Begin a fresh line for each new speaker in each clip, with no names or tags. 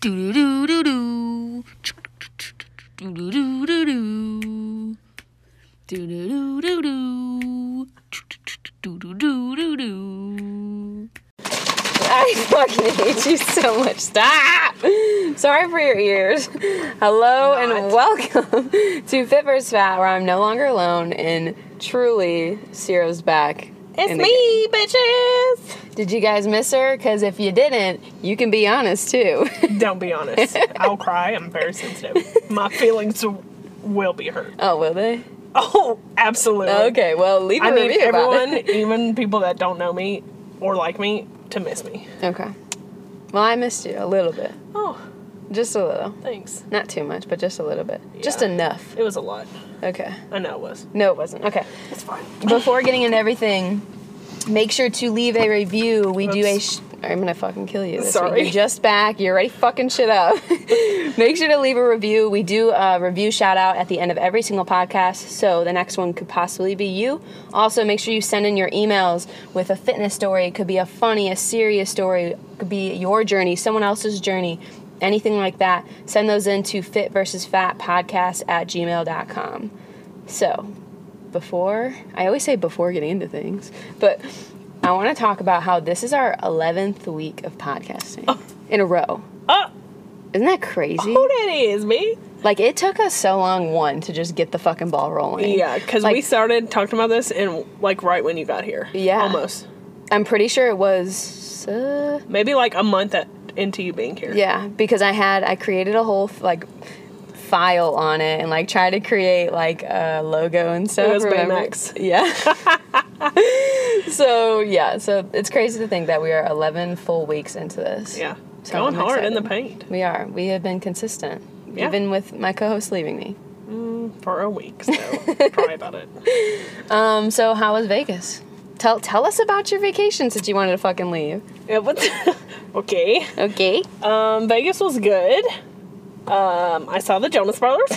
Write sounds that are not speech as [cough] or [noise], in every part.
Do do do do do. Do do do do. Do do do do do. Do do do do do.
I fucking hate you so much. Stop! Sorry for your ears. Hello and welcome to Fit vs. Fat, where I'm no longer alone and truly Ciro's back. in the game.
bitches.
Did you guys miss her? Because if you didn't, you can be honest too.
Don't be honest. I'll cry. I'm very sensitive. My feelings w- will be hurt.
[laughs] oh, will they?
Oh, absolutely.
Okay, well, leave a
I need
review about
everyone,
it.
even people that don't know me or like me, to miss me.
[laughs] Okay. Well, I missed you a little bit.
Oh,
Just a little.
thanks.
Not too much, but just a little bit. Just
Yeah.
enough.
It was a lot.
Okay.
I know it was.
No, it wasn't. Okay.
It's fine.
before getting into everything, make sure to leave a review. We do a. Sh- I'm gonna fucking kill you. This
Sorry.
Week. You're just back. You're already fucking shit up. [laughs] make sure to leave a review. We do a review shout out at the end of every single podcast, so the next one could possibly be you. Also, make sure you send in your emails with a fitness story. It could be a funny, a serious story. It could be your journey, someone else's journey. Anything like that, send those in to fit versus fat podcast at gmail.com. So, before I always say before getting into things, but I want to talk about how this is our 11th week of podcasting in a row.
Oh,
Isn't that crazy?
who that is, me?
Like it took us so long one to just get the fucking ball rolling.
Yeah, because we
Like-
started talking about this and like right when you got here.
Yeah.
Almost.
I'm pretty sure it was uh,
Maybe like a month at, into you being here.
yeah, because I had I created a whole like file on it and like tried to create like a logo and stuff.
was
remember?
Baymax.
Yeah. [laughs] so yeah, so it's crazy to think that we are 11 full weeks into this.
Yeah.
So
Going
I'm
hard in
excited.
the paint
We are. We have been consistent,
Yeah.
even with my co-host leaving me.
for a week, so [laughs] cry about it.
Um. So how was Vegas? Tell tell us about your vacation since you wanted to fucking leave.
Yeah, but [laughs] okay.
Okay.
Um, Vegas was good. Um, I saw the Jonas Brothers.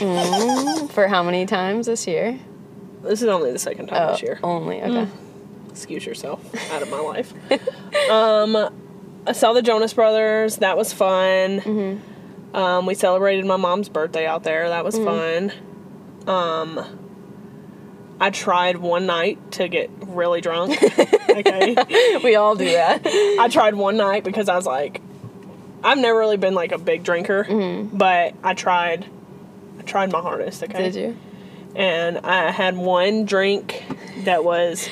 For how many times this year?
This is only the second time
Oh.
this year.
Only. Okay.
Excuse yourself out of my life. um, I saw the Jonas Brothers. That was fun. Um, we celebrated my mom's birthday out there. That was fun. Um, I tried one night to get really drunk. okay.
Mm. [laughs] we all do that.
I tried one night because I was like, I've never really been like a big drinker, but I tried, I tried my hardest. Okay,
Did you?
And I had one drink that was,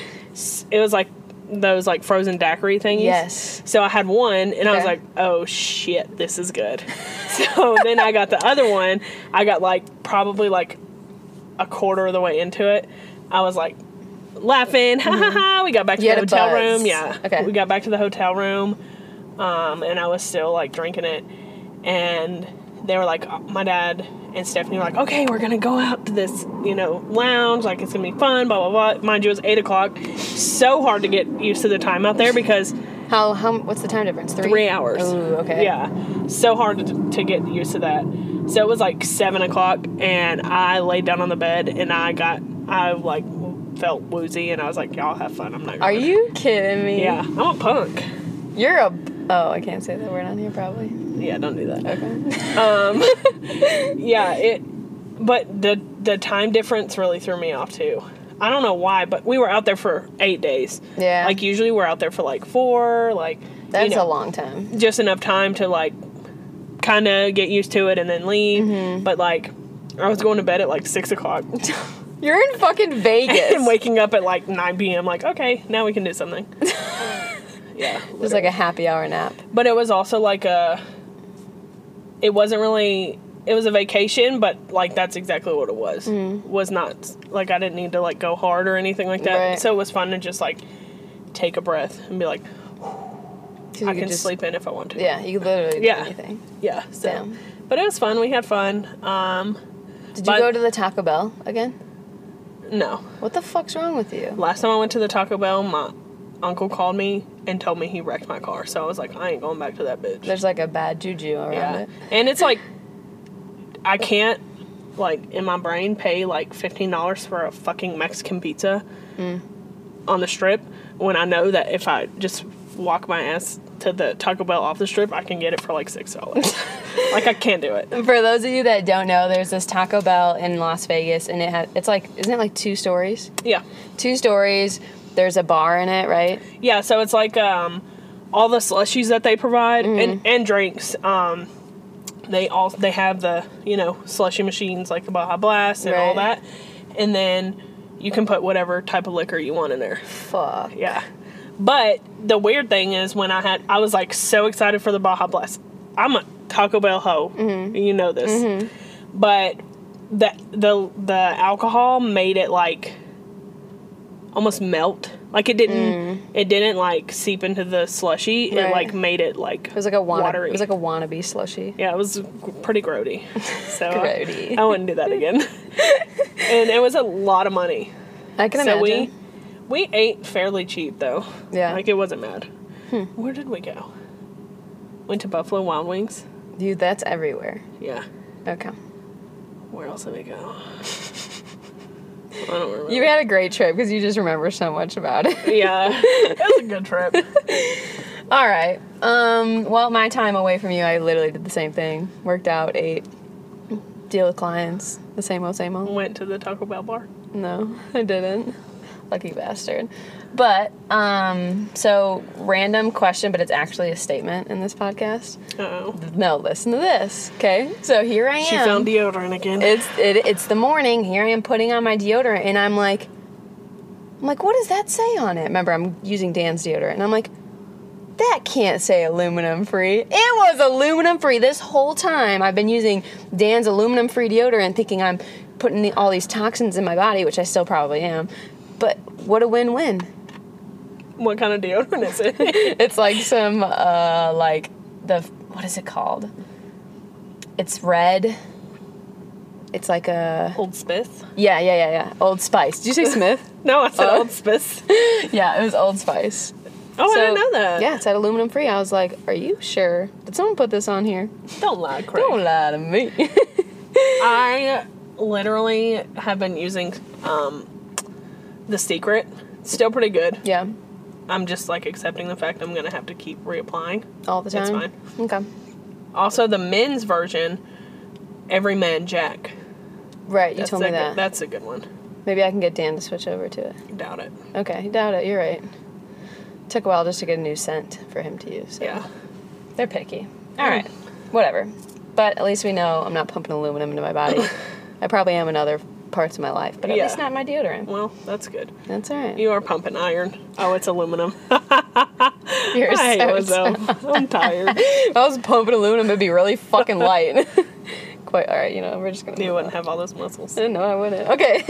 it was like those like frozen daiquiri things.
Yes.
So I had one, and I was
Okay.
like, oh shit, this is good. [laughs] so then I got the other one. I got like probably like a quarter of the way into it. I was like. Laughing, ha ha ha! We got back to
Mm-hmm. You
the
had a
hotel
buzz.
room. Yeah,
Okay.
We got back to the hotel room, um, and I was still like drinking it. And they were like, uh, my dad and Stephanie were like, okay, we're gonna go out to this, you know, lounge. Like it's gonna be fun. Blah blah blah. Mind you, it's eight o'clock. So hard to get used to the time out there because
How how? What's the time difference? Three.
three hours.
Ooh. Okay.
Yeah, so hard to, to get used to that. So it was like seven o'clock, and I laid down on the bed, and I got, I like felt woozy, and I was like, y'all have fun. I'm not.
Are
going.
you kidding me?
Yeah, I'm a punk.
You're a. Oh, I can't say that word on here probably.
Yeah, don't do that. Um,
Okay.
[laughs] yeah it but the the time difference really threw me off too i don't know why but we were out there for eight days
Yeah.
like usually we're out there for like four like
That's
you know,
a long time.
just enough time to like kind of get used to it and then leave
Mm-hmm.
but like i was going to bed at like six o'clock [laughs]
You're in fucking Vegas.
and waking up at like 9 p.m like okay now we can
[laughs]
do something yeah
Just like a happy hour nap.
but it was also like a it wasn't really it was a vacation but like that's exactly what it was
Mm-hmm.
was not like i didn't need to like go hard or anything like that
Right.
so it was fun to just like take a breath and be like
'Cause you
i
could
can
just-
sleep in if i want to
Yeah, you could literally do
Yeah.
anything.
yeah so
Damn.
but it was fun we had fun um
Did
But-
you go to the Taco Bell again?
no
What the fuck's wrong with you?
last time i went to the taco bell my uncle called me and told me he wrecked my car so i was like i ain't going back to that bitch
There's like a bad juju around
Yeah.
it.
And it's like I can't like in my brain pay like fifteen dollars for a fucking Mexican pizza on the strip when I know that if I just walk my ass to the Taco Bell off the strip I can get it for like six dollars. Like I can't do it.
For those of you that don't know, there's this Taco Bell in Las Vegas, and it has it's like isn't it like two stories?
Yeah.
Two stories. There's a bar in it, right?
Yeah, so it's like um, all the slushies that they provide and, and drinks. Um, they all they have the you know slushy machines like the Baja Blast and all
Right.
that, and then you can put whatever type of liquor you want in there.
Fuck.
Yeah, but the weird thing is when I had I was like so excited for the Baja Blast. I'm a Taco Bell hoe,
Mm-hmm.
you know this, but the the the alcohol made it like almost melt. Like it didn't it didn't like seep into the slushy. It
Mm. Right.
like made it like
It was like a wanna,
watery.
It was like a wannabe slushy.
Yeah, it was pretty grody. So I-
Grody.
I, wouldn't do that
[laughs]
again. and it was a lot of money.
I can
so
imagine.
we we ate fairly cheap though.
Yeah. Hmm.
Like it wasn't bad. Where did we go? Went to Buffalo Wild Wings.
Dude, that's everywhere.
Yeah.
Okay.
Where else
[laughs]
did we go? I don't remember.
You had a great trip because you just remember so much about it. [laughs]
yeah. It was a good trip.
All right. Um, well, my time away from you, I literally did the same thing. Worked out, ate, deal with clients, the same old, same old.
Went to the Taco Bell bar.
No, [laughs] I didn't. Lucky bastard. But um, so random question, but it's actually a statement in this podcast.
Uh oh.
No, listen to this. Okay, so here I am.
She found deodorant again.
it's it, it's the morning. Here I am putting on my deodorant, and I'm like, I'm like, what does that say on it? Remember, I'm using Dan's deodorant, and I'm like, that can't say aluminum free. It was aluminum free this whole time. I've been using Dan's aluminum free deodorant, thinking I'm putting the, all these toxins in my body, which I still probably am. But what a win-win!
what kind of deodorant
[laughs]
is it?
It's like some uh, like the what is it called? It's red. It's like a
Old Spice.
Yeah, yeah, yeah, yeah. Old Spice. [laughs] Did you say Smith?
No, I said
Oh. [laughs]
Old Spice.
yeah, it was Old Spice.
Oh,
So-
I didn't know that.
Yeah, it said aluminum free. I was like, are you sure? Did someone put this on here?
Don't lie, Craig.
Don't lie to me.
I literally have been using um, the secret. Still pretty good.
[laughs] yeah,
I'm just like accepting the fact I'm gonna have to keep reapplying.
all the time.
That's fine.
Okay.
Also, the men's version, Everyman Jack.
Right, you
That's
told me
a
that.
Good, that's a good one.
Maybe I can get Dan to switch over to it.
Doubt it.
Okay, doubt it. You're right. Took a while just to get a new scent for him to use. so.
Yeah.
They're picky. All right, whatever. But at least we know I'm not pumping aluminum into my
[laughs]
body. I probably am in other parts of my life, but at
Yeah.
least not my deodorant.
Well, that's good.
That's all right.
You are pumping iron. Oh, it's
[laughs]
aluminum.
You're
I hate
so
myself. [laughs]
[laughs]
I'm tired.
If I was pumping aluminum, it'd be really fucking light. [laughs] Quite all right, you know, we're just gonna.
You wouldn't have all those muscles.
[laughs] No, I wouldn't. Okay,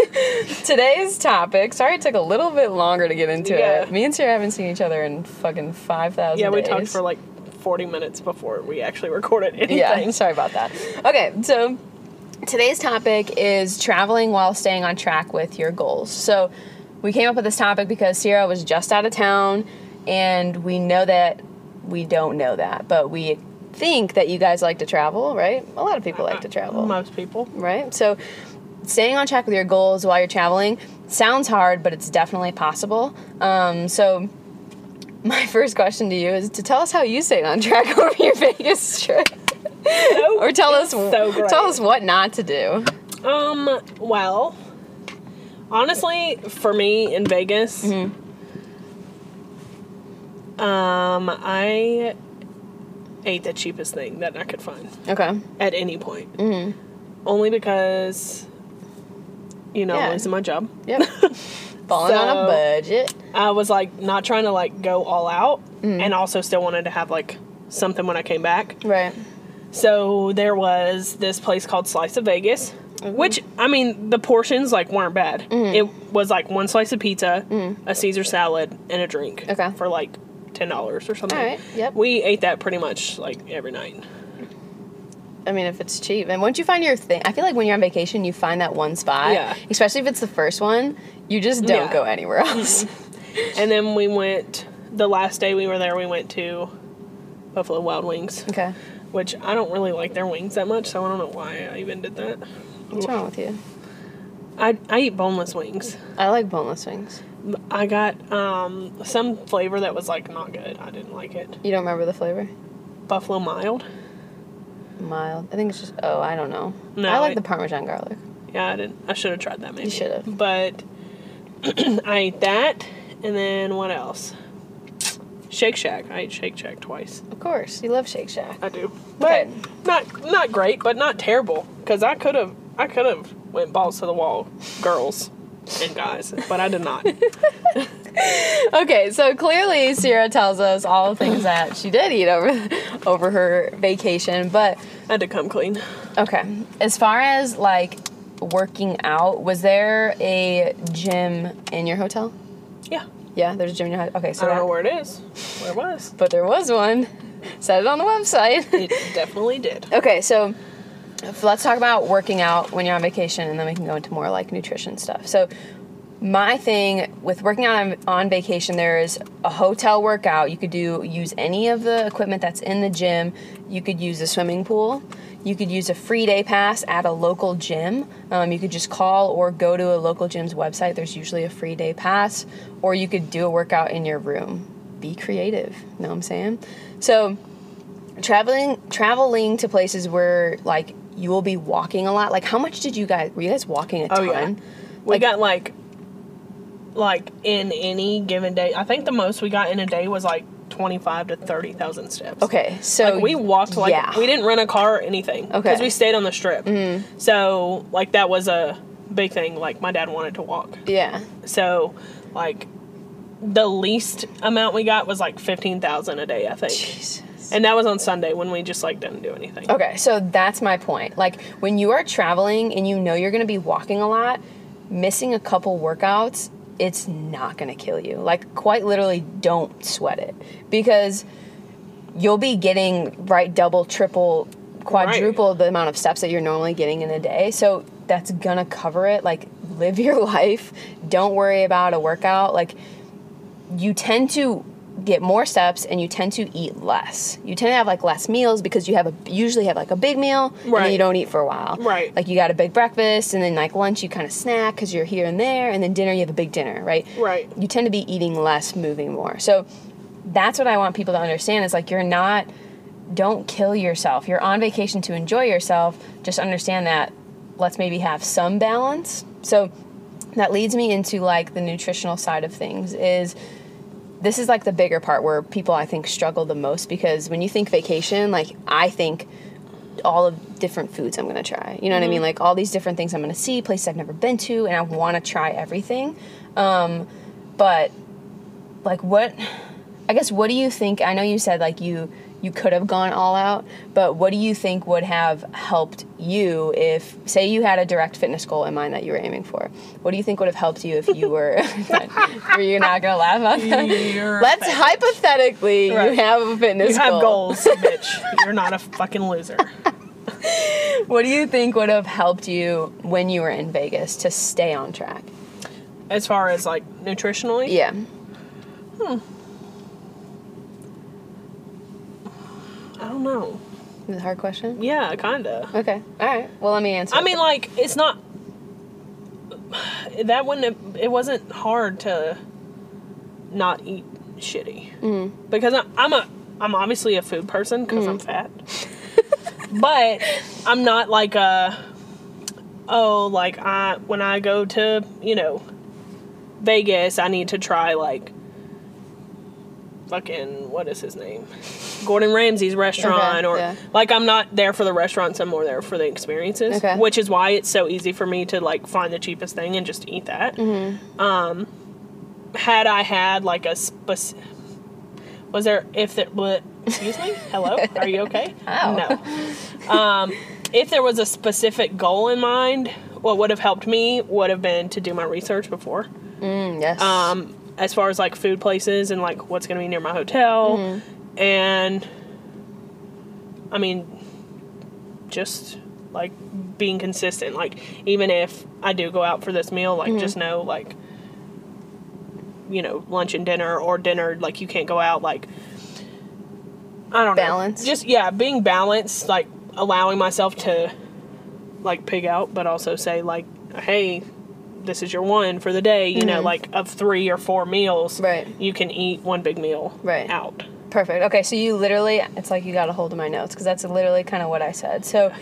[laughs] today's topic. Sorry, it took a little bit longer to get into
Yeah.
it. Me and Sarah haven't seen each other in fucking five thousand.
Yeah, we
days.
talked for like 40 minutes before we actually recorded anything.
[laughs] Yeah, sorry about that. Okay, so today's topic is traveling while staying on track with your goals. So we came up with this topic because Sierra was just out of town, and we know that we don't know that, but we think that you guys like to travel, right? A lot of people like to travel,
Most
[laughs]
people.
right? So staying on track with your goals while you're traveling sounds hard, but it's definitely possible. Um, so. [laughs] My first question to you is to tell us how you stayed on track [laughs] over your Vegas trip
So
or tell us
so great.
tell us what not to do.
Um, well, honestly, for me in Vegas, um, I ate the cheapest thing that I could find
Okay.
at any point. Mm-hmm. Only because, you know,
Yeah.
I'm losing my job.
Yep. [laughs] Falling on a
So-
budget.
I was like not trying to like go all out and also still wanted to have like something when I came back.
Right.
So there was this place called Slice of Vegas,
Mm-hmm.
which I mean the portions like weren't bad. It was like one slice of pizza, a Caesar salad, and a drink
Mm. Okay.
for like ten dollars or something.
Alright, yep.
We ate that pretty much like every night.
I mean, if it's cheap, and once you find your thing, I feel like when you're on vacation, you find that one spot.
Yeah.
Especially if it's the first one, you just don't
Yeah.
go anywhere else. [laughs]
And then we went the last day we were there. We went to Buffalo Wild Wings,
[laughs] okay.
which I don't really like their wings that much, so I don't know why I even did that.
What's wrong with you?
I I eat boneless wings.
I like boneless wings.
I got um, some flavor that was like not good. I didn't like it.
You don't remember the flavor?
Buffalo mild.
mild. I think it's just oh, I don't know.
No,
I like
I-
the Parmesan garlic.
Yeah, I didn't. I should have tried that. Maybe
should've.
But [clears throat] I ate that, and then what else? Shake Shack. I ate Shake Shack twice.
Of course, you love Shake Shack.
I do, but
Okay.
not not great, but not terrible. Cause I could have I could have went balls to the wall, girls and guys, but I did [laughs] not.
[laughs] Okay, so clearly Sierra tells us all the things that she did eat over [laughs] over her vacation, but
I had to come clean.
okay. As far as like working out, was there a gym in your hotel?
Yeah,
Yeah, there's a gym in your hotel. Okay,
I
so
don't know
that-
where it is. Where it was?
but there was one. Said it on the website.
It definitely did.
[laughs] Okay, so f- let's talk about working out when you're on vacation, and then we can go into more like nutrition stuff. So, my thing with working out on, on vacation, there is a hotel workout. You could do use any of the equipment that's in the gym. You could use a swimming pool. You could use a free day pass at a local gym. Um, you could just call or go to a local gym's website. There's usually a free day pass, or you could do a workout in your room. Be creative. Know what I'm saying? So traveling traveling to places where like you will be walking a lot like how much did you guys were you guys walking a ton
Oh, yeah. We
Like-
got like, like in any given day. I think the most we got in a day was like twenty five to thirty thousand steps.
okay so
Like, we walked like
yeah
we didn't rent a car or anything
Okay. Mm-hmm.
because we stayed on the strip. So like that was a big thing. Like my dad wanted to walk,
yeah
so like the least amount we got was like fifteen thousand a day, I think, and that was on Sunday when we just like didn't do anything.
okay so that's my point like when you are traveling and you know you're going to be walking a lot missing a couple workouts it's not going to kill you like quite literally don't sweat it because you'll be getting right double triple quadruple the amount of steps that you're normally getting in a day so that's gonna cover it like live your [laughs] life don't worry about a workout like you tend to get more steps and you tend to eat less you tend to have like less meals because you have a usually have like a big meal and then you
Right.
don't eat for a while
Right.
like you got a big breakfast and then like lunch you kind of snack because you're here and there and then dinner you have a big dinner right
Right.
you tend to be eating less moving more so that's what I want people to understand is like you're not don't kill yourself. You're on vacation to enjoy yourself. Just understand that let's maybe have some balance. So that leads me into like the nutritional side of things is this is like the bigger part where people I think struggle the most because when you think vacation, like I think all of different foods I'm gonna try. You know what I mean? Like all these different things I'm gonna see, places I've never been to, and I wanna try everything. Um, but like what I guess what do you think? I know you said like you you could have gone all out, but what do you think would have helped you if say you had a direct fitness goal in mind that you were aiming for? What do you think would have helped you if you were [laughs] Were you not gonna laugh about that?
[laughs] You're
Let's hypothetically
Right.
you have a fitness
You have
goal. [laughs]
goals, bitch. You're not a fucking loser.
What do you think would have helped you when you were in Vegas to stay on track?
As far as like nutritionally,
Yeah.
I don't know.
Is it a hard question?
Yeah, kinda.
Okay. All right. Well, let me answer.
I
it.
mean, like it's not. That wouldn't. Have, it wasn't hard to not eat shitty because I, I'm a. I'm obviously a food person because I'm fat, but I'm not like a. Oh, like I when I go to you know, Vegas, I need to try like. Fucking what is his name? Gordon Ramsay's restaurant, or
yeah.
like I'm not there for the restaurants. I'm more there for the experiences,
Okay.
which is why it's so easy for me to like find the cheapest thing and just eat that. Um,
Mm-hmm.
had I had like a spec- was there if there bleh, excuse me hello are you okay
[laughs] Ow.
no um, if there was a specific goal in mind, what would have helped me would have been to do my research before
Mm, yes.
um, as far as like food places and like what's going to be near my hotel and i mean just like being consistent like even if i do go out for this meal like just know like you know lunch and dinner or dinner like you can't go out like i don't
Balance.
know just yeah being balanced like allowing myself to like pig out but also say like hey this is your one for the day, you know, like of three or four meals,
Mm-hmm. Right.
you can eat one big meal
Right.
out.
Perfect. Okay, so you literally, it's like you got a hold of my notes because that's literally kind of what I said. So,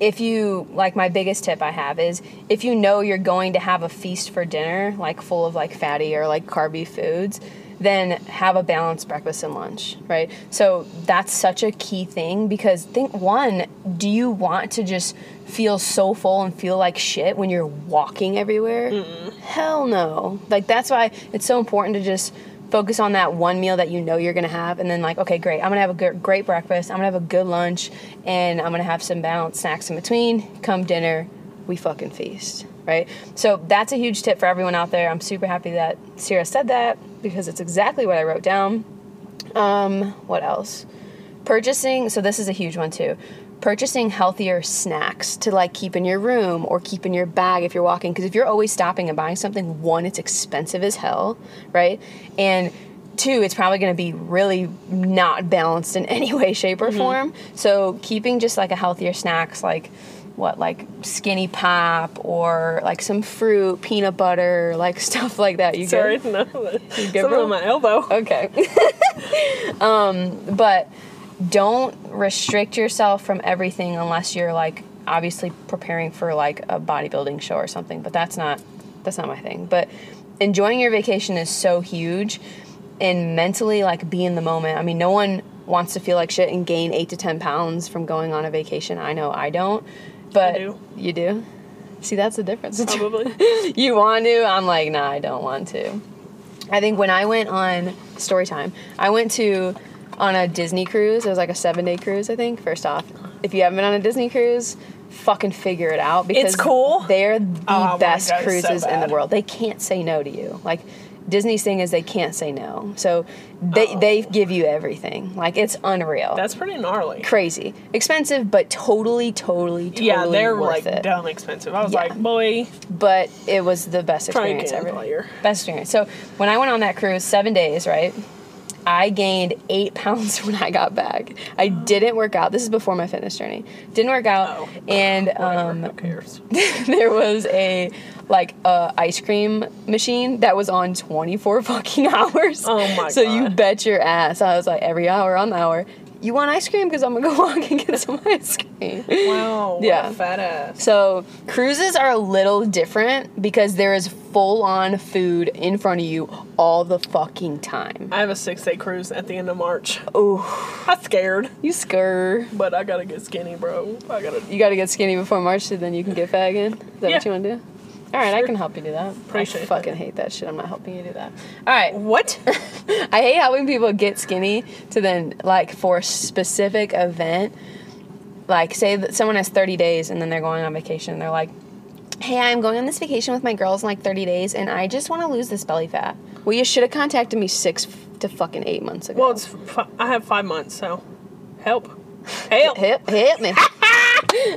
if you, like, my biggest tip I have is if you know you're going to have a feast for dinner, like full of like fatty or like carby foods, then have a balanced breakfast and lunch, right? So, that's such a key thing because think one, do you want to just feel so full and feel like shit when you're walking everywhere? Hell no. Like, that's why it's so important to just focus on that one meal that you know you're gonna have and then like okay great i'm gonna have a gr- great breakfast i'm gonna have a good lunch and i'm gonna have some balanced snacks in between come dinner we fucking feast right so that's a huge tip for everyone out there i'm super happy that sierra said that because it's exactly what i wrote down um what else purchasing so this is a huge one too purchasing healthier snacks to like keep in your room or keep in your bag if you're walking because if you're always stopping and buying something one it's expensive as hell right and two it's probably going to be really not balanced in [laughs] any way shape or form so keeping just like a healthier snacks like what like skinny pop or like some fruit peanut butter like [laughs] stuff like that you
Sorry,
good?
[laughs] no.
good,
Something
bro?
on my elbow.
okay. [laughs] um, but don't restrict yourself from everything unless you're like obviously preparing for like a bodybuilding show or something. But that's not that's not my thing. But enjoying your vacation is so huge, and mentally like be in the moment. I mean, no one wants to feel like shit and gain eight to ten pounds from going on a vacation. I know I don't, but
do.
you do. See, that's the difference.
Probably.
you want to? I'm like, nah, I don't want to. I think when I went on story time, I went to on a Disney cruise. It was like a seven day cruise, I think. First off, if you haven't been on a Disney cruise, fucking figure it out because
cool? Oh,
They're the
I wanna
best
go so
cruises in the
bad.
world. They can't say no to you. Like Disney's thing is they can't say no, so they they give you everything. Like it's unreal.
Oh. That's pretty gnarly.
crazy, expensive, but totally, totally, totally
yeah, they're
worth
like
it
dumb expensive. I was
Yeah.
like, boy,
but it was the best
Try
experience
again
ever.
later.
Best experience. So when I went on that cruise, seven days, right? I gained eight [laughs] pounds when I got back. I didn't work out. This is before my fitness journey. Didn't work out,
Oh.
and
[laughs] whatever,
um, [laughs]
who cares?
there was a like a ice cream machine that was on 24 [laughs] fucking hours.
Oh my
So you
God.
bet your ass. I was like every hour on the hour. You want ice cream? Because I'm gonna go [laughs] walk and get some ice cream.
Wow, what
Yeah.
a fat ass.
So cruises are a little different because there is full on food in front of you all the fucking time.
I have a six day cruise at the end of March.
Oh,
I'm scared,
you scur.
but I gotta get skinny, bro. I gotta.
You gotta get skinny before March so then you can get fat again. Is that what
Yeah.
you wanna do? All right, I can help you do that. I
Appreciate it.
fucking hate that shit. I'm not helping you do that. All right.
What?
I hate helping people get skinny to then like for a specific event. Like say that someone has 30 days and then they're going on vacation and they're like, "Hey, I'm going on this vacation with my girls in like 30 days and I just want to lose this belly fat." Well, you should have contacted me 6 f- to fucking 8 months ago.
Well, it's. F- I have five months, so help, help.
Hip, hip me. [laughs]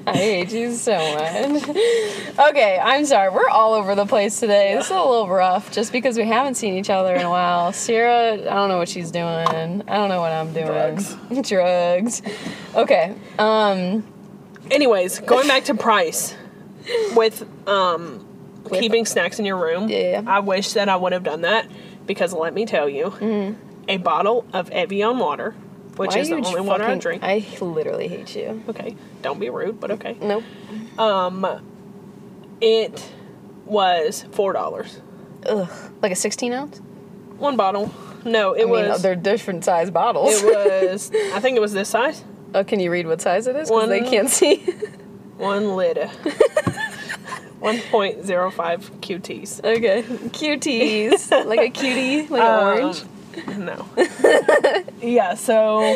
I hate you so much. Okay, I'm sorry. We're all over the place today. This is a little rough just because we haven't seen each other in a while. Sierra, I don't know what she's doing. I don't know what I'm doing.
Drugs.
[laughs] Drugs. Okay. Um,
Anyways, going back to price with um keeping snacks in your room.
Yeah.
I wish that I would have done that because let me tell you, a bottle of Evian water,
Mm-hmm.
which
why
is the
are you
only water I
fucking-
drink.
I Mm-hmm. literally hate you.
okay, don't be rude, but okay.
Nope.
Um, it was four dollars
Ugh. Like a 16 ounce?
one bottle. No, it
I mean,
was.
they're different size bottles.
it was. I think it was this size.
oh, can you read what size it is? Because they
One-
can't
[laughs]
see.
One liter.
[laughs]
1.05 QTs.
okay. Cuties. like a cutie, like
Uh,
an orange.
Um, [laughs] No. yeah, so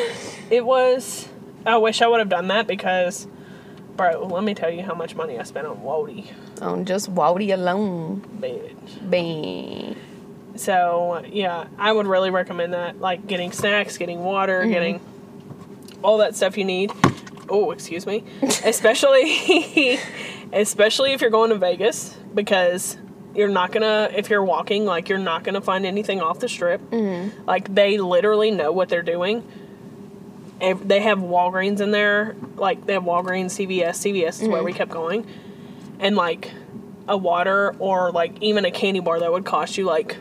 it was. I wish I would have done that because, bro, let me tell you how much money I spent on Wody.
on Oh, just Wowdy alone.
Bitch.
Bang.
So, yeah, I would really recommend that. Like getting snacks, getting water, getting all that stuff you need. Oh, excuse me. especially, [laughs] especially if you're going to Vegas because you're not gonna if you're walking like you're not gonna find anything off the strip. Like they literally know what they're doing. Ev- They have Walgreens in there, like they have Walgreens, CVS. CVS is where we kept going, and like a water or like even a candy bar
Mm.
that would cost you like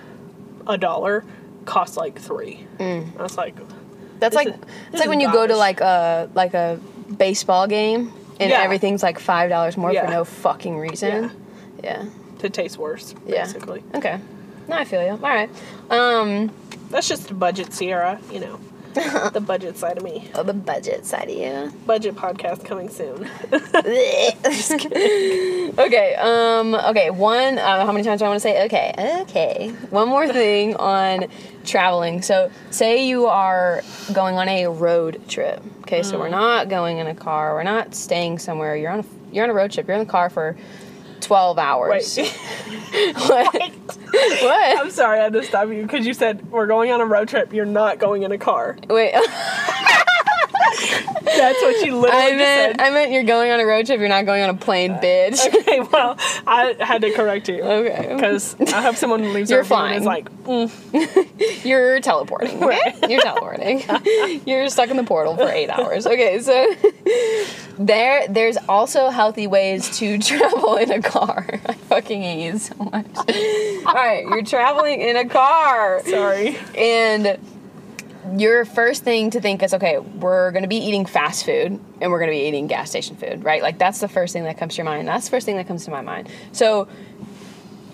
a dollar costs like three. I was like,
That's
This
like
is-
it's
this
like
is
when you go to
garbage.
like a like a baseball game and
Yeah.
everything's like five dollars more
Yeah.
for no fucking reason. Yeah.
to taste worse,
Yeah.
basically.
Okay. No, I feel you. All right. Um,
That's just the budget, Sierra, you
[laughs]
know. the budget side of me.
oh, the budget side of you.
Budget podcast coming soon.
Oh, Just kidding. [laughs] okay. Um. Okay. One. Uh, how many times do I want to say okay? Okay. One more thing on traveling. So, say you are going on a road trip. Okay. So we're not going in a car. We're not staying somewhere. You're on. A, you're on a road trip. You're in the car for twelve hours.
Wait.
[laughs] what?
[laughs] I'm sorry, I had to stop you because you said we're going on a road trip. You're not going in a car. [laughs]
Wait. [laughs]
That's what you literally
I
just
meant.
said. [laughs]
I meant you're going on a road trip. You're not going on a plane, bitch.
okay, well, I had to correct
[laughs]
you
Okay.
because I hope someone leaves a
You're
review
fine.
and is like,
You're teleporting. Okay? You're teleporting. You're stuck in the portal for eight hours. Okay, so [laughs] there there's also healthy ways to [laughs] travel in a car. [laughs] I fucking hate you so much. Alright, you're traveling in a car.
sorry.
And your first thing to think is okay, we're gonna be eating fast food and we're gonna be eating gas station food, right? Like that's the first thing that comes to your mind. That's the first thing that comes to my mind. So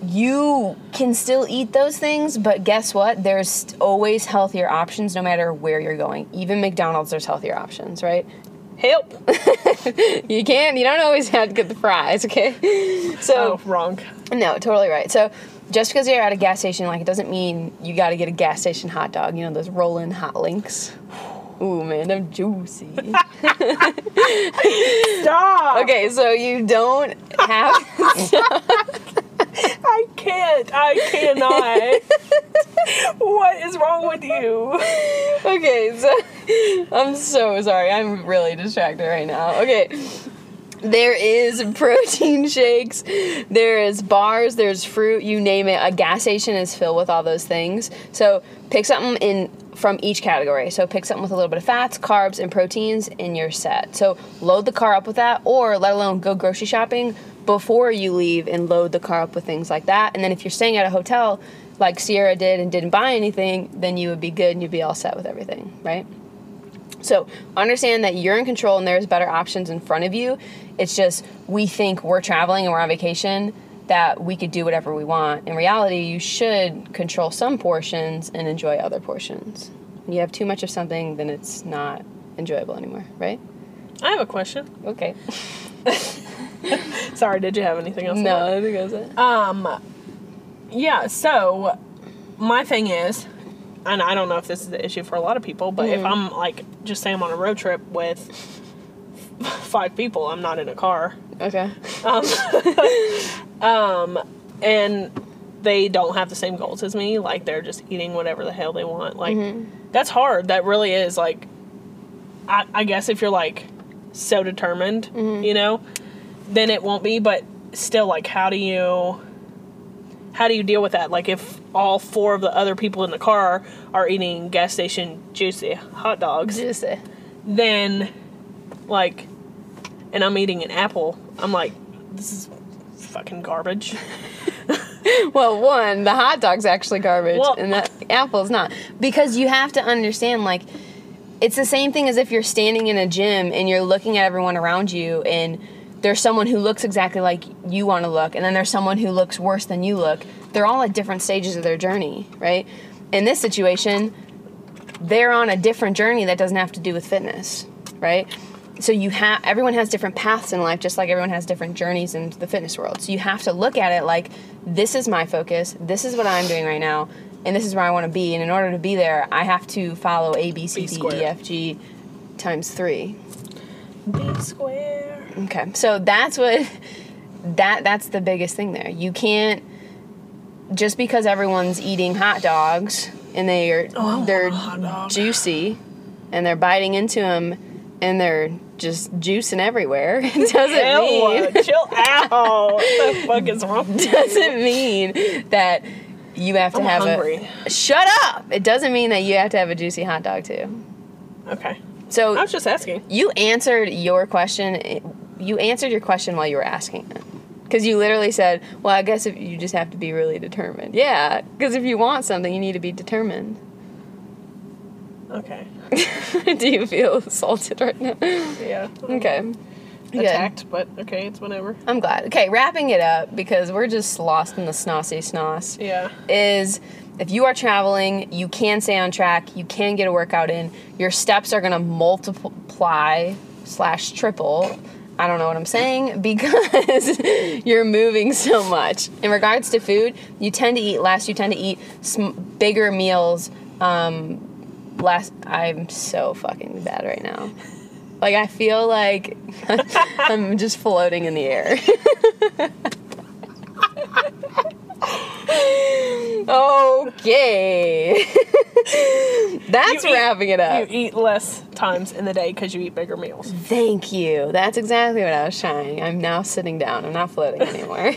you can still eat those things, but guess what? There's always healthier options no matter where you're going. Even McDonald's, there's healthier options, right?
Help.
You can't, you don't always have to get the fries, okay? [laughs] So,
Oh, wrong.
no, totally right. So just because you're at a gas station, like it doesn't mean you got to get a gas station hot dog. You know those rolling hot links. [sighs] Ooh man, they're juicy.
Stop.
okay, so you don't have. [laughs]
I can't. I [laughs] cannot. what is wrong with you?
okay, so [laughs] I'm so sorry. I'm really distracted right now. Okay. There is protein [laughs] shakes, there is bars, there's fruit, you name it. A gas station is filled with all those things. So pick something in from each category. So pick something with a little bit of fats, carbs, and proteins in your set. So load the car up with that or let alone go grocery shopping before you leave and load the car up with things like that. And then if you're staying at a hotel like Sierra did and didn't buy anything, then you would be good and you'd be all set with everything, right? So understand that you're in control and there's better options in front of you. It's just we think we're traveling and we're on vacation that we could do whatever we want. In reality, you should control some portions and enjoy other portions. When you have too much of something, then it's not enjoyable anymore, right?
I have a question.
Okay.
Sorry, did you have anything else?
No, I think that's it.
Um, yeah, so my thing is, and I don't know if this is the issue for a lot of people, but if I'm like, just say I'm on a road trip with five people, I'm not in a car,
Okay.
and they don't have the same goals as me, like they're just eating whatever the hell they want. Like, that's hard. That really is. Like, I, I guess if you're like so determined, you know, then it won't be, but still, like, how do you. how do you deal with that? Like if all four of the other people in the car are eating gas station juicy hot dogs,
Just say.
then like and I'm eating an apple, I'm like, this is fucking garbage.
Well, one, the hot dog's actually garbage,
Well-
and the apple's not. Because you have to understand, like, it's the same thing as if you're standing in a gym and you're looking at everyone around you, and there's someone who looks exactly like you want to look, and then there's someone who looks worse than you look. They're all at different stages of their journey, right? In this situation, they're on a different journey that doesn't have to do with fitness, right? So you have everyone has different paths in life, just like everyone has different journeys into the fitness world. So you have to look at it like this is my focus, this is what I'm doing right now, and this is where I want to be. And in order to be there, I have to follow A B C
B
D
squared.
E F G times three.
B square.
Okay, so that's what that that's the biggest thing there. You can't just because everyone's eating hot dogs and they are
Oh,
they're
hot dog.
juicy and they're biting into them and they're just juicing everywhere. [laughs] It doesn't mean [laughs]
Ew, chill out. what the fuck is wrong? with you?
doesn't mean that you have to
I'm
have
hungry.
a shut up. It doesn't mean that you have to have a juicy hot dog too.
Okay.
So
I was just asking.
you answered your question. You answered your question while you were asking it. Because you literally said, well, I guess if you just have to be really determined. Yeah, because if you want something, you need to be determined.
Okay.
[laughs] Do you feel assaulted right now?
Yeah.
Okay. Good.
Attacked, but okay, it's whatever.
I'm glad. Okay, wrapping it up because we're just lost in the snossy snoss.
Yeah.
is if you are traveling, you can stay on track, you can get a workout in, your steps are gonna multiply slash triple. I don't know what I'm saying [laughs] because you're moving so much. In regards to food, you tend to eat less, you tend to eat sm- bigger meals. Um, less. I'm so fucking bad right now. Like, I feel like [laughs] I'm just floating in the air. [laughs] okay. [laughs] That's
You eat-
wrapping it up.
You eat less times in the day because you eat
[laughs]
bigger meals.
Thank you. That's exactly what I was trying. I'm now sitting down. I'm not floating anymore. [laughs]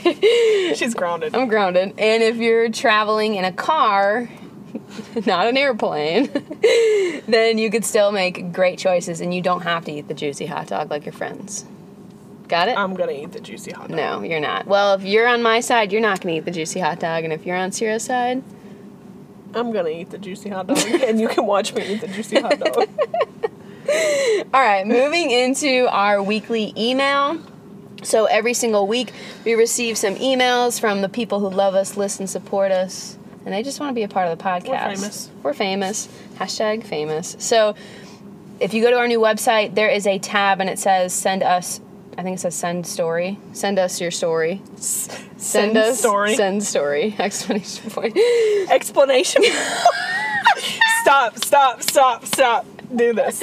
She's grounded.
I'm grounded. And if you're traveling in a car, [laughs] not an airplane, [laughs] then you could still make great choices and you don't have to eat the juicy hot dog like your friends. Got it?
I'm gonna eat the juicy hot dog.
no, you're not. Well, if you're on my side, you're not going to eat the juicy hot dog. And if you're on Ciro's side,
I'm gonna eat the juicy hot dog, and you can watch me eat the juicy
[laughs]
hot dog.
All right, moving into our weekly email. So every single week, we receive some emails from the people who love us, listen, support us, and they just want to be a part of the podcast.
famous.
We're famous. Hashtag famous. So if you go to our new website, there is a tab and it says send us. I think it says send story. Send us your story.
Send,
Send, us
story.
Send story. [laughs] Explanation point. [laughs]
Explanation. stop! Stop! Stop! Stop! Do this.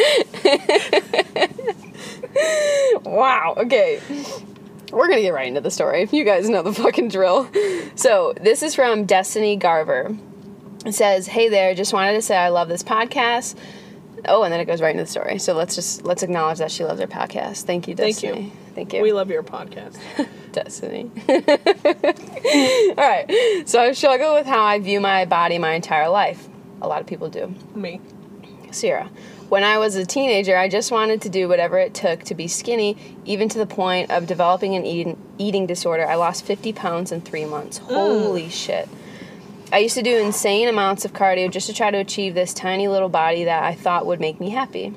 Wow. Okay. We're gonna get right into the story. You guys know the fucking drill. So this is from Destiny Garver. It says, "Hey there, just wanted to say I love this podcast." Oh, and then it goes right into the story. So let's just let's acknowledge that she loves our podcast. Thank you,
Thank you.
Destiny. Thank you. Thank you.
We love your podcast.
Destiny. [laughs] All right. So I struggle with how I view my body my entire life. A lot of people do.
Me.
Sierra. When I was a teenager, I just wanted to do whatever it took to be skinny, even to the point of developing an eating, eating disorder. I lost 50 pounds in three months. Holy shit. I used to do insane amounts of cardio just to try to achieve this tiny little body that I thought would make me happy.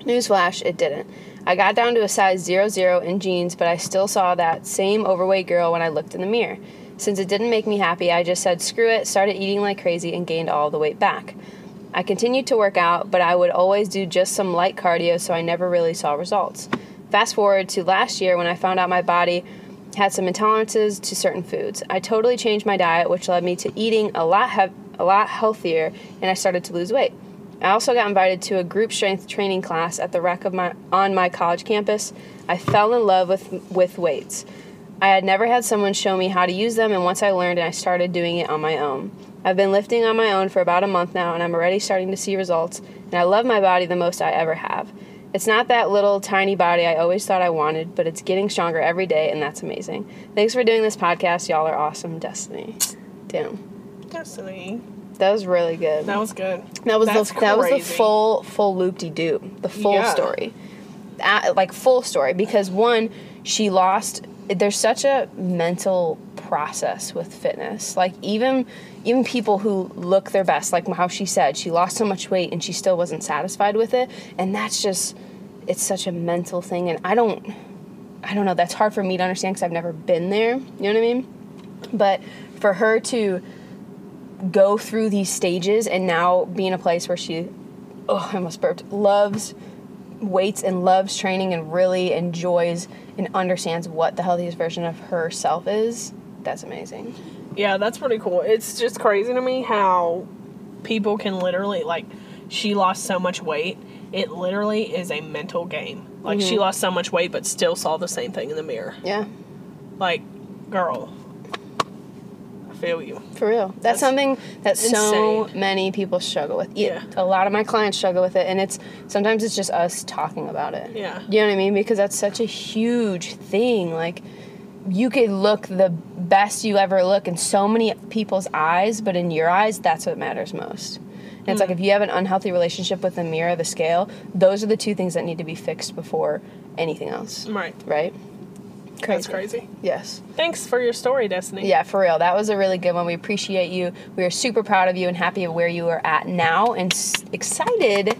Newsflash, it didn't. I got down to a size 00 in jeans, but I still saw that same overweight girl when I looked in the mirror. Since it didn't make me happy, I just said screw it, started eating like crazy, and gained all the weight back. I continued to work out, but I would always do just some light cardio, so I never really saw results. Fast forward to last year when I found out my body had some intolerances to certain foods. I totally changed my diet, which led me to eating a lot hev- a lot healthier, and I started to lose weight. I also got invited to a group strength training class at the rec of my on my college campus. I fell in love with with weights. I had never had someone show me how to use them, and once I learned, I started doing it on my own. I've been lifting on my own for about a month now, and I'm already starting to see results, and I love my body the most I ever have. It's not that little tiny body I always thought I wanted, but it's getting stronger every day, and that's amazing. Thanks for doing this podcast. Y'all are awesome, Destiny. Damn.
Destiny.
That was really good.
That was good.
That was
That's
the that was the
crazy.
full full loop de doop, the full
Yeah.
story, uh, like full story. Because one, she lost. There's such a mental process with fitness. Like even even people who look their best, like how she said, she lost so much weight and she still wasn't satisfied with it, and that's just it's such a mental thing. And I don't I don't know. That's hard for me to understand because I've never been there. You know what I mean? But for her to go through these stages and now be in a place where she, oh, I almost burped, loves weights and loves training and really enjoys and understands what the healthiest version of herself is. That's amazing.
Yeah, that's pretty cool. It's just crazy to me how people can literally like she lost so much weight. It literally is a mental game. Like
Mm-hmm.
she lost so much weight but still saw the same thing in the mirror.
Yeah,
Like, girl, I feel you.
for real. That's,
That's
something that so
insane.
many people struggle with. Yeah.
Yeah.
A lot of my clients struggle with it, and it's sometimes it's just us talking about it.
Yeah.
You know what I mean? Because that's such a huge thing. Like, you could look the best you ever look in so many people's eyes, but in your eyes, that's what matters most. And it's like
Hmm.
if you have an unhealthy relationship with the mirror, the scale, those are the two things that need to be fixed before anything else.
Right.
Right?
Mm. That's crazy.
Yes.
Thanks for your story, Destiny.
Yeah, for real. That was a really good one. We appreciate you. We are super proud of you and happy of where you are at now and s- excited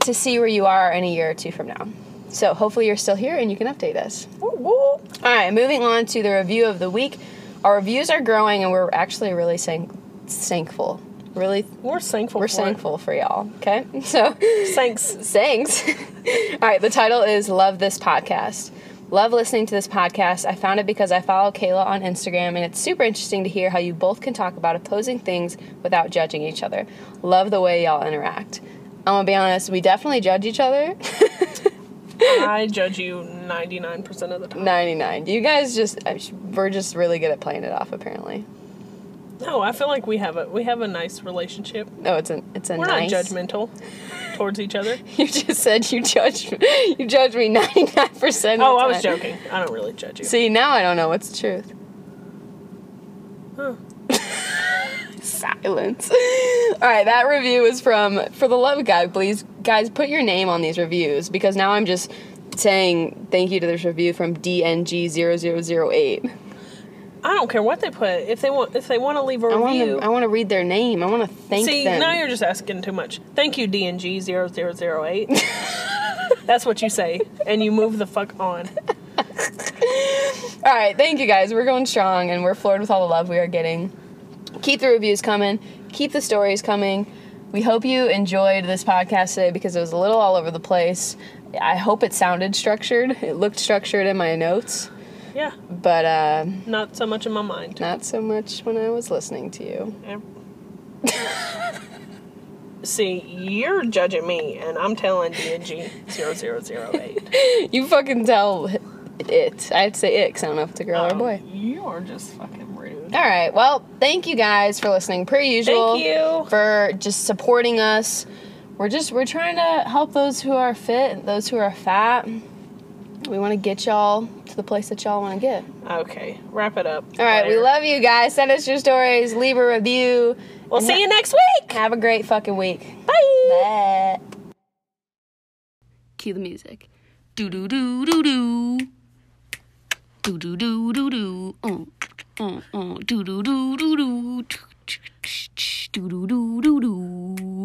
to see where you are in a year or two from now. So hopefully you're still here and you can update us.
Woo, woo.
All right, moving on to the review of the week. Our reviews are growing and we're actually really thank- thankful. Really,
We're thankful.
we're
for it.
thankful for y'all. Okay? [laughs] So
Thanks.
Thanks. [laughs] All right, the title is Love This Podcast. Love listening to this podcast. I found it because I follow Kayla on Instagram, and it's super interesting to hear how you both can talk about opposing things without judging each other. Love the way y'all interact. I'm gonna be honest, we definitely judge each other. [laughs]
I judge you 99% of the time.
99. You guys just, I sh- we're just really good at playing it off, apparently.
No, I feel like we have a we have a nice relationship.
No, it's a, it's a
We're
nice.
not judgmental towards each other.
[laughs] You just said you judge, you judge me 99% of the
Oh, I was
time.
joking. I don't really judge you.
See, now I don't know what's the truth.
Huh.
[laughs] Silence. All right, that review is from For the Love of God, please. Guys, put your name on these reviews because now I'm just saying thank you to this review from DNG0008.
I don't care what they put. If they want if they want to leave a
I want
review.
to I want to read their name. I want to thank
See,
them.
now you're just asking too much. Thank you,
[laughs]
DNG0008. That's what you say, and you move the fuck on.
All right, thank you guys. We're going strong and we're floored with all the love we are getting. Keep the reviews coming, keep the stories coming. We hope you enjoyed this podcast today because it was a little all over the place. I hope it sounded structured. It looked structured in my notes,
Yeah,
but uh,
not so much in
[laughs]
my mind.
not so much when I was listening to you.
See, you're judging me, and I'm telling
[laughs]
DNG0008.
You fucking tell it. I'd say it because I don't know if it's a girl or a boy.
You are just fucking rude.
All right. Well, thank you guys for listening per usual.
you.
for just supporting us. We're just we're trying to help those who are fit, those who are fat. We want to get y'all to the place that y'all want to get.
Okay, wrap it up.
All right, we love you guys. Send us your stories, leave a review.
We'll see you next week.
Have a great fucking week.
Bye.
Bye.
Cue the music. Do do do do do. Do do do do do. Oh, oh, oh. Do do do do do. Do do do do do.